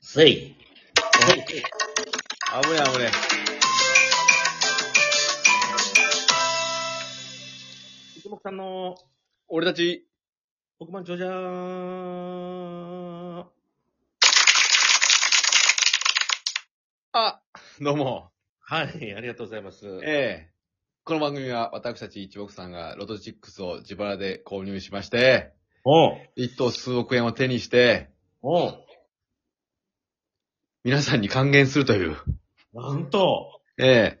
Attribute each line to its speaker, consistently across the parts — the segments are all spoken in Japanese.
Speaker 1: せい。
Speaker 2: 危ねえ危ね
Speaker 1: 一目さんの、
Speaker 2: え。俺たち、
Speaker 1: 億万長者は
Speaker 2: あ、どうも。
Speaker 1: い、ありがとうございます。
Speaker 2: ええこの番組は私たち一目さんがロトチックスを自腹で購入しまして、
Speaker 1: おう、
Speaker 2: 一等数億円を手にして、
Speaker 1: おう、
Speaker 2: 皆さんに還元するという、
Speaker 1: なんと、
Speaker 2: ええ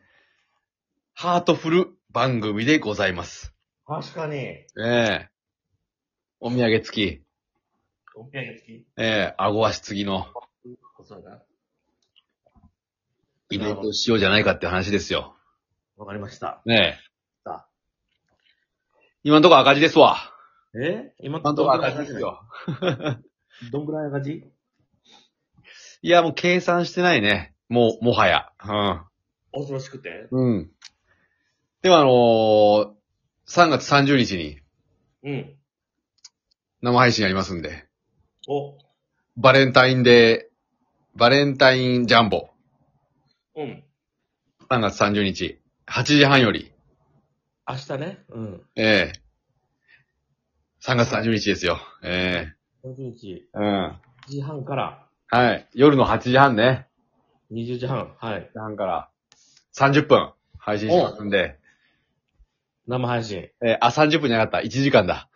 Speaker 2: ハートフル番組でございます。
Speaker 1: 確かに、
Speaker 2: ええお土産付き、
Speaker 1: お土産付き、
Speaker 2: ええ顎足継ぎの
Speaker 1: 細いな。
Speaker 2: イベントをしようじゃないかって話ですよ。
Speaker 1: わかりました。
Speaker 2: ねえ
Speaker 1: さあ。
Speaker 2: 今んとこ赤字ですわ。
Speaker 1: え今
Speaker 2: 今んとこ赤字ですよ。
Speaker 1: どんぐらい赤字
Speaker 2: いや、もう計算してないね。もう、もはや。
Speaker 1: 恐ろしくて
Speaker 2: うん。うん。でもあのー、3月30日に
Speaker 1: うん。
Speaker 2: 生配信やりますんで、
Speaker 1: お、
Speaker 2: バレンタインデー、バレンタインジャンボ、
Speaker 1: うん。
Speaker 2: 3月30日、8時半より、
Speaker 1: 明日ね。うん。
Speaker 2: ええ3月30日ですよ。え
Speaker 1: 30日、
Speaker 2: えうん。
Speaker 1: 1時半から
Speaker 2: はい。夜の8時半ね。
Speaker 1: 20時半。はい。
Speaker 2: 8時半から30分配信しますんで、
Speaker 1: 生配信。
Speaker 2: ええあ、30分じゃなかった。1時間だ。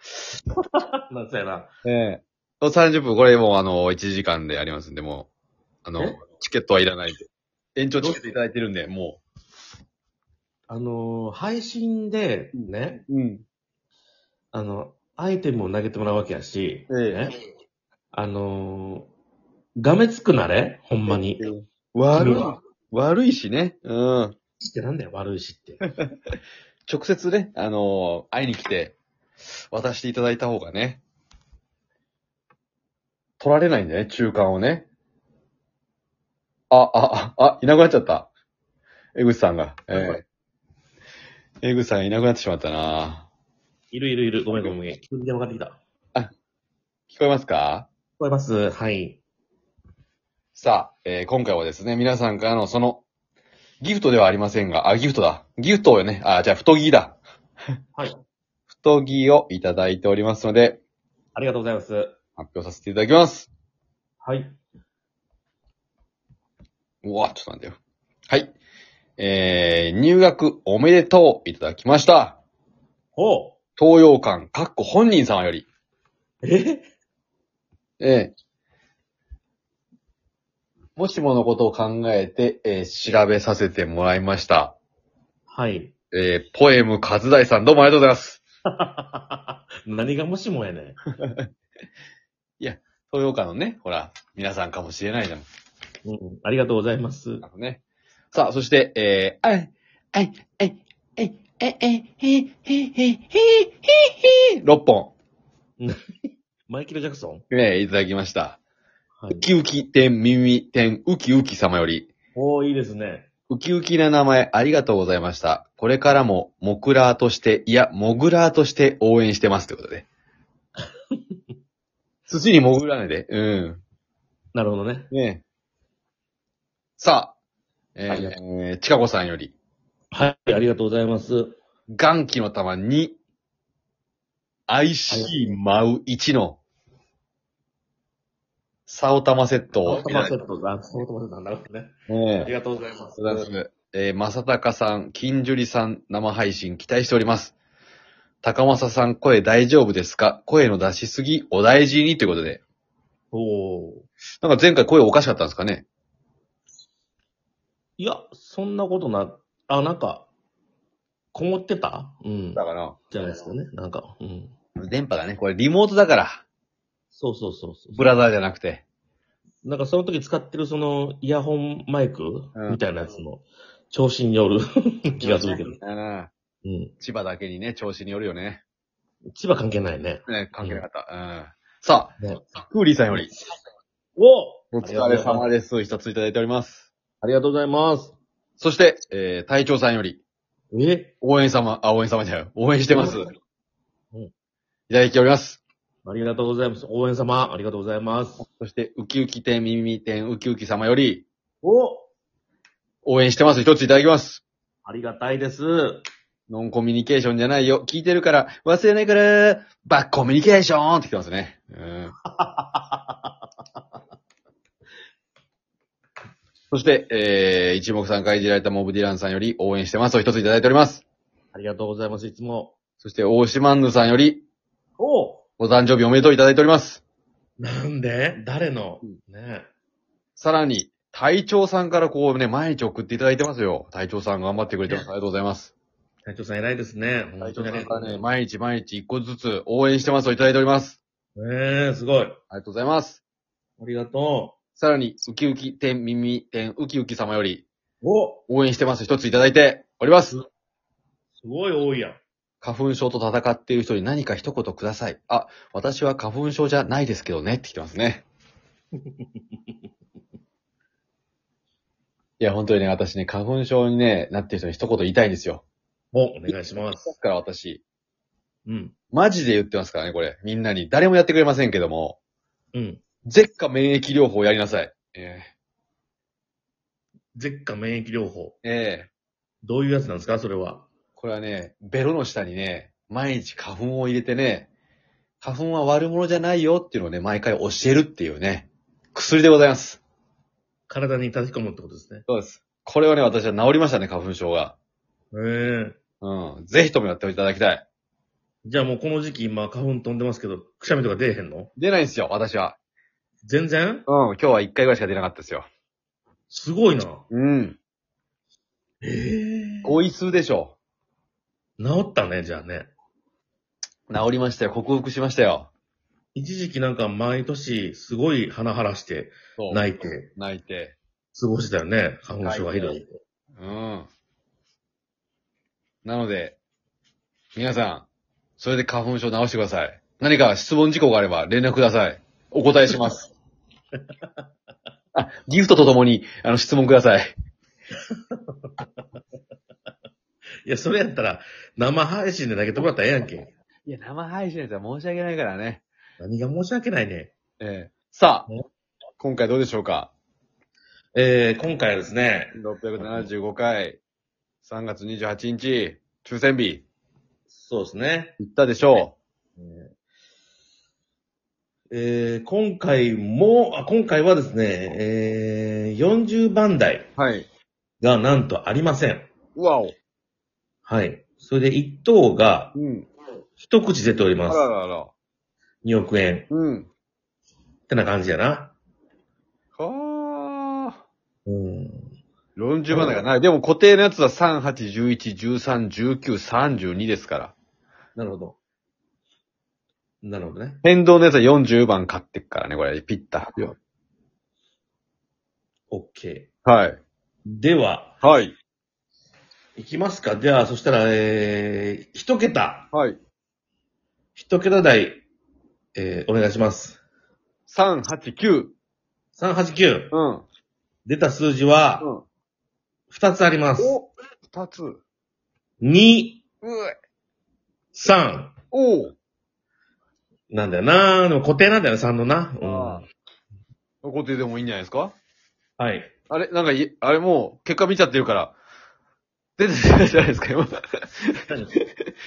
Speaker 1: なんつやな。
Speaker 2: ええ30分、これもうあの、1時間でやりますんで、もう、あの
Speaker 1: え、
Speaker 2: チケットはいらないんで。延長チケットいただいてるんで、も
Speaker 1: あのー配信で、ね、
Speaker 2: う。うん。
Speaker 1: あの、アイテムを投げてもらうわけやし、
Speaker 2: ええ
Speaker 1: ね、あのーがめつくなれほんまに。
Speaker 2: 悪
Speaker 1: そ
Speaker 2: い
Speaker 1: れは。
Speaker 2: 悪いしね。うん。
Speaker 1: ってなんだよ、悪いしって。
Speaker 2: 直接ね、あの会いに来て、渡していただいた方がね、取られないんだよね、中間をね。あ、あ、あ、あ、いなくなっちゃった。江口さんが。ええ江口さんがいなくなってしまったない
Speaker 1: るいるいる、ごめんごめん。急に電話かかってきた。聞
Speaker 2: 聞こえますか
Speaker 1: こえますはい。
Speaker 2: さあ、えー今回はですね、皆さんからのその、ギフトではありませんが、あ、ギフトだ。ギフトをね、あ、じゃあ、太着だ。
Speaker 1: はい。
Speaker 2: 太着をいただいておりますので、
Speaker 1: ありがとうございます。
Speaker 2: 発表させていただきます。
Speaker 1: はい。
Speaker 2: うわ、ちょっと待ってよ。はい。えー、入学おめでとういただきました。
Speaker 1: おう
Speaker 2: 東洋館、かっこ本人様より。
Speaker 1: え
Speaker 2: えーもしものことを考えて、えー調べさせてもらいました。
Speaker 1: はい。
Speaker 2: えー、ポエムカズダイさん、どうもありがとうございます。
Speaker 1: 何がもしもやねん。
Speaker 2: 東洋館のね、ほら、皆さんかもしれないじゃん。
Speaker 1: うん。ありがとうございます。
Speaker 2: あのね。さあ、そして、えー、あい、あい、あい、あい、あい、あい、へ、へ、へ、へ、へ、へ、6本、
Speaker 1: マイケル・ジャクソン
Speaker 2: えー、いただきました。
Speaker 1: は
Speaker 2: ウ。キウキ天耳天ウキウキ様より、
Speaker 1: おー、いいですね。
Speaker 2: ウキウキな名前ありがとうございました。これからも、モクラーとして、いや、モグラーとして応援してます。ということで。土に潜らねで。うん。
Speaker 1: なるほどね。
Speaker 2: ねえ。さあ、え
Speaker 1: ありが
Speaker 2: ー、ちかこさんより、
Speaker 1: はい。ありがとうございます。
Speaker 2: 元気の玉2、IC 舞う1の、サオタマセットを
Speaker 1: オートマセットだ。オートマセットなんだろうね。あり
Speaker 2: ねえ
Speaker 1: がとうございます。
Speaker 2: えー、まさたかさん、金樹里さん、生配信期待しております。高政さん、声大丈夫ですか声の出しすぎ、お大事にということで。
Speaker 1: おお。
Speaker 2: なんか前回声おかしかったんですかね
Speaker 1: いや、そんなことな、あ、なんか、こもってたうん。
Speaker 2: だから、
Speaker 1: じゃないですかね。なんか、うん。
Speaker 2: 電波がね、これリモートだから、
Speaker 1: そうそうそうそ
Speaker 2: ブラザーじゃなくて。
Speaker 1: う。なんかその時使ってるその、イヤホンマイク、
Speaker 2: うん
Speaker 1: みたいなやつの、調子による 気がするけど。
Speaker 2: うん。
Speaker 1: うん。
Speaker 2: 千葉だけにね、調子によるよね。
Speaker 1: 千葉関係ないね。
Speaker 2: ね、関係なかった。うん。さあ、
Speaker 1: ね
Speaker 2: クーリーさんより、
Speaker 1: お
Speaker 2: お疲れ様
Speaker 1: で。
Speaker 2: です。一ついただいております。
Speaker 1: ありがとうございます。
Speaker 2: そして、えー、隊長さんより、
Speaker 1: え
Speaker 2: 応援様、あ、応援様じゃない応援してます。
Speaker 1: うん
Speaker 2: いただいております。
Speaker 1: ありがとうございます。応援様、ありがとうございます。
Speaker 2: そして、ウキウキ店、ミミミ店、ウキウキ様より、
Speaker 1: お
Speaker 2: 応援してます。一ついただきます。
Speaker 1: ありがたいです。
Speaker 2: ノンコミュニケーションじゃないよ。聞いてるから、忘れないから、バックコミュニケーションって来てますね。うん。そして、えー、一目散会いじられたモブディランさんより応援してますを一ついただいております。
Speaker 1: ありがとうございます、いつも。
Speaker 2: そして、大島ンヌさんより、
Speaker 1: お
Speaker 2: お誕生日おめでとういただいております。
Speaker 1: なんで誰のね
Speaker 2: さらに、隊長さんからこうね、毎日送っていただいてますよ。隊長さん頑張ってくれてます。ありがとうございます。
Speaker 1: 隊長さん偉いですね。
Speaker 2: 隊長さん
Speaker 1: ね
Speaker 2: からね、毎日毎日一個ずつ応援してますをいただいております。
Speaker 1: ええすごい。あ
Speaker 2: ありがとうございます。
Speaker 1: りがと
Speaker 2: さらに、ウキウキ天耳天ウキウキ様より
Speaker 1: う。お
Speaker 2: 応援してます一ついただいております。
Speaker 1: すごい多いやん。
Speaker 2: 花粉症と戦っている人に何か一言ください。あ、私は花粉症じゃないですけどねって来てま すね。いや、本当にね、私ね、花粉症に、ね、なってる人に一言言いたいんですよ。
Speaker 1: お、お願いしま
Speaker 2: だ
Speaker 1: す。
Speaker 2: から私、
Speaker 1: うん。
Speaker 2: マジで言ってますからね、これ。みんなに。誰もやってくれませんけども、
Speaker 1: うん。
Speaker 2: 絶下免疫療法やりなさい。え
Speaker 1: 舌下免疫療法。
Speaker 2: えええ
Speaker 1: どういうやつなんですかそれは。
Speaker 2: これはね、ベロの下にね、毎日花粉を入れてね、花粉は悪者じゃないよっていうのをね、毎回教えるっていうね、薬でございます。
Speaker 1: 体に叩き込むってことですね。
Speaker 2: そうです。これはね、私は治りましたね、花粉症が。
Speaker 1: ええ
Speaker 2: うん。ぜひともやっていただきたい。
Speaker 1: じゃあもうこの時期今花粉飛んでますけど、くしゃみとか出えへんの
Speaker 2: 出ないんですよ、私は。
Speaker 1: 全然
Speaker 2: うん、今日は1回ぐらいしか出なかったですよ。
Speaker 1: すごいな。
Speaker 2: うん。
Speaker 1: ええ
Speaker 2: ごい数でしょ
Speaker 1: 治ったね、じゃあね。
Speaker 2: う。治りましたよ、克服しましたよ。
Speaker 1: 一時期なんか毎年すごい鼻腫らして
Speaker 2: そう。
Speaker 1: 泣いて
Speaker 2: 泣いて。
Speaker 1: 過ごしてたよね。花粉症がひど
Speaker 2: 泣
Speaker 1: い。
Speaker 2: うん。なので、皆さん、それで花粉症治してください。何か質問事項があれば連絡ください。お答えし ます。あ、ギフトとともに、あの、質問ください。
Speaker 1: いや、それやったら生配信で投げてもらったらええやんけ。
Speaker 2: いや、生配信ですよ。申し訳ないからね。
Speaker 1: 何が申し訳ないね。
Speaker 2: ええさあ
Speaker 1: ね、
Speaker 2: 今回どうでしょうか
Speaker 1: えー、今回はですね、
Speaker 2: ?675 回、3月28日、抽選日、
Speaker 1: そうですね。
Speaker 2: 行ったでしょ
Speaker 1: えー、今回も、あ、今回はですね、えー、40番台
Speaker 2: う。はい。
Speaker 1: がなんとありません。
Speaker 2: わお。
Speaker 1: はい。それで1等が
Speaker 2: うん。
Speaker 1: 一口出ており
Speaker 2: あ
Speaker 1: ます。
Speaker 2: ららら。
Speaker 1: 2億円。
Speaker 2: うん。
Speaker 1: ってな感じやな。
Speaker 2: はあ。
Speaker 1: うん。
Speaker 2: 40番台がない。でも固定のやつは3、8、11、13、19、32ですから。
Speaker 1: なるほど。なるほどね。
Speaker 2: 変動のやつは40番買ってっからね、これ。ピッタ。
Speaker 1: OK。
Speaker 2: はい。
Speaker 1: では、
Speaker 2: はい。
Speaker 1: いきますか。じゃあ、そしたら、えー、一桁。
Speaker 2: はい。
Speaker 1: 一桁台、えー、お願いします。
Speaker 2: 3、8、9。
Speaker 1: 389。
Speaker 2: うん。うん。
Speaker 1: 出た数字は、二つあります。
Speaker 2: お二つ。う
Speaker 1: 2、
Speaker 2: え。
Speaker 1: 3。
Speaker 2: おう
Speaker 1: なんだよなでも固定なんだよな、3のな。うん。
Speaker 2: ああ。固定でもいいんじゃないですか
Speaker 1: はい。
Speaker 2: あれなんかい、あれもう、結果見ちゃってるから、出てないじゃないですか、今。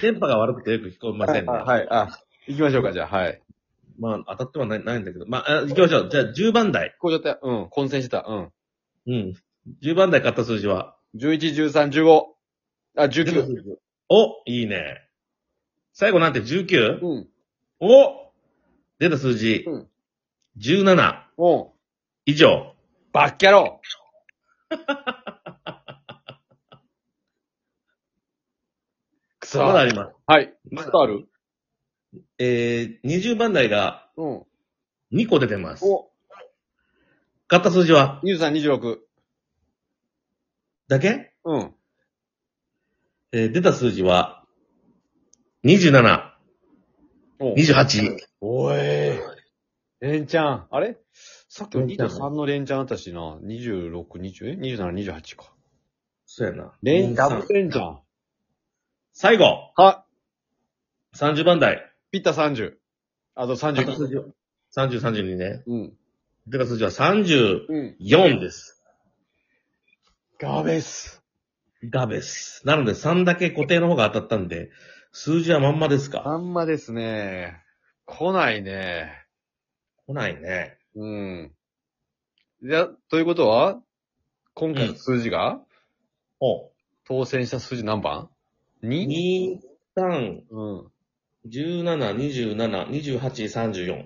Speaker 1: 電波が悪くてよく聞こえませんね。
Speaker 2: はい。あ、行きましょうか、じゃあ。はい。
Speaker 1: まあ、当たってはないないんだけど。まあ、あ行きましょう。じゃあ、10番台。
Speaker 2: こうやって、うん、混戦してた。うん。
Speaker 1: うん。10番台買った数字は
Speaker 2: 11、13、15。あ、19。
Speaker 1: お、いいね。最後なんて 19?
Speaker 2: うん。
Speaker 1: お出た数字。
Speaker 2: うん
Speaker 1: 17
Speaker 2: うん。
Speaker 1: 以上。
Speaker 2: バッキャロ ーくそ
Speaker 1: まだあります。
Speaker 2: はい。
Speaker 1: まだ
Speaker 2: ある
Speaker 1: えー、20番台が
Speaker 2: うん。
Speaker 1: 2個出てます。
Speaker 2: お、
Speaker 1: 買った数字は
Speaker 2: 23、26。
Speaker 1: だけ
Speaker 2: うん。
Speaker 1: えー、出た数字は27、
Speaker 2: お
Speaker 1: 28。
Speaker 2: おえー。レンチャン。あれさっきの
Speaker 1: レンチャン
Speaker 2: 23のレンチャンあったしな。26、20、え ?27、28か。
Speaker 1: そうやな。
Speaker 2: レン、ダ
Speaker 1: う
Speaker 2: ブ
Speaker 1: ん
Speaker 2: ルレンチャン。
Speaker 1: 最後、
Speaker 2: は、
Speaker 1: 30番台。
Speaker 2: ピッタ30。あと
Speaker 1: あと
Speaker 2: 32。
Speaker 1: 数字は、30、32ね。
Speaker 2: うん。
Speaker 1: 出た数字は34
Speaker 2: うん。
Speaker 1: です。
Speaker 2: ガベス。
Speaker 1: がです。なので3だけ固定の方が当たったんで、数字はまんまですか
Speaker 2: あんまですね。来ないね。
Speaker 1: 来ないね。
Speaker 2: うん。じゃ、ということは、今回の数字が、
Speaker 1: お
Speaker 2: 当選した数字何番 ?2?
Speaker 1: 2、3、
Speaker 2: うん。
Speaker 1: 17、27、28、34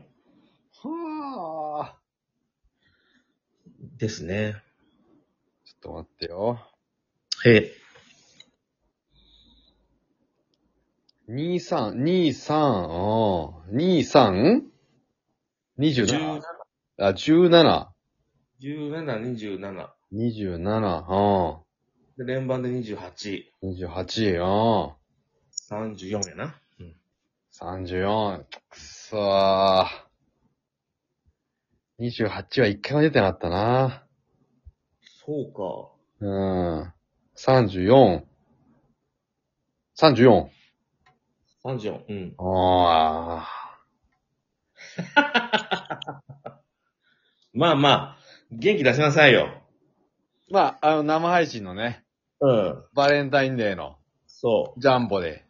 Speaker 2: はあ。
Speaker 1: ですね。
Speaker 2: ちょっと待ってよ。
Speaker 1: へえ。
Speaker 2: 2、3、2、3、2、3? 27? あ、17。
Speaker 1: 17、27。
Speaker 2: 27、
Speaker 1: で、連番で28、
Speaker 2: うん。28、うん。
Speaker 1: 34やな。うん。
Speaker 2: 34。くそー。28は一回も出てなかったな。
Speaker 1: そうか。
Speaker 2: うん。34。34。
Speaker 1: 34。うん。
Speaker 2: あ
Speaker 1: まあまあ、元気出しなさいよ。
Speaker 2: ーまあ、あの、生配信のね、
Speaker 1: うん。
Speaker 2: バレンタインデーの
Speaker 1: そう。
Speaker 2: ジャンボで。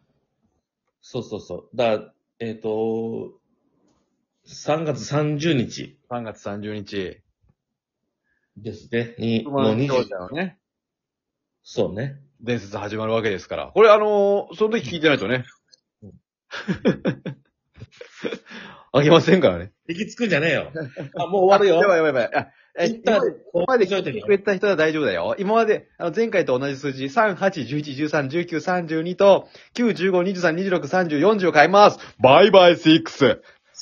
Speaker 1: そうそうそう。だから、えっ、と、3月30日
Speaker 2: 3月30日。
Speaker 1: ですね。に、
Speaker 2: まあ
Speaker 1: の20、
Speaker 2: のね、
Speaker 1: そうね。
Speaker 2: 伝説始まるわけですから。これあのーその時聞いてないとね
Speaker 1: うん。
Speaker 2: あげませんからね。
Speaker 1: 行きつくんじゃねえよ。あ、もう終わる
Speaker 2: やば
Speaker 1: よ。
Speaker 2: いやばいやばい。あえ
Speaker 1: 一旦、こ
Speaker 2: 今まで
Speaker 1: しと
Speaker 2: 聞
Speaker 1: いて
Speaker 2: いて
Speaker 1: ね
Speaker 2: くれた人は大丈夫だよ。今まで、あの、前回と同じ数字、3、8、11、13、19、32と、9、15、23、26、30、40を買います。バイバイ6。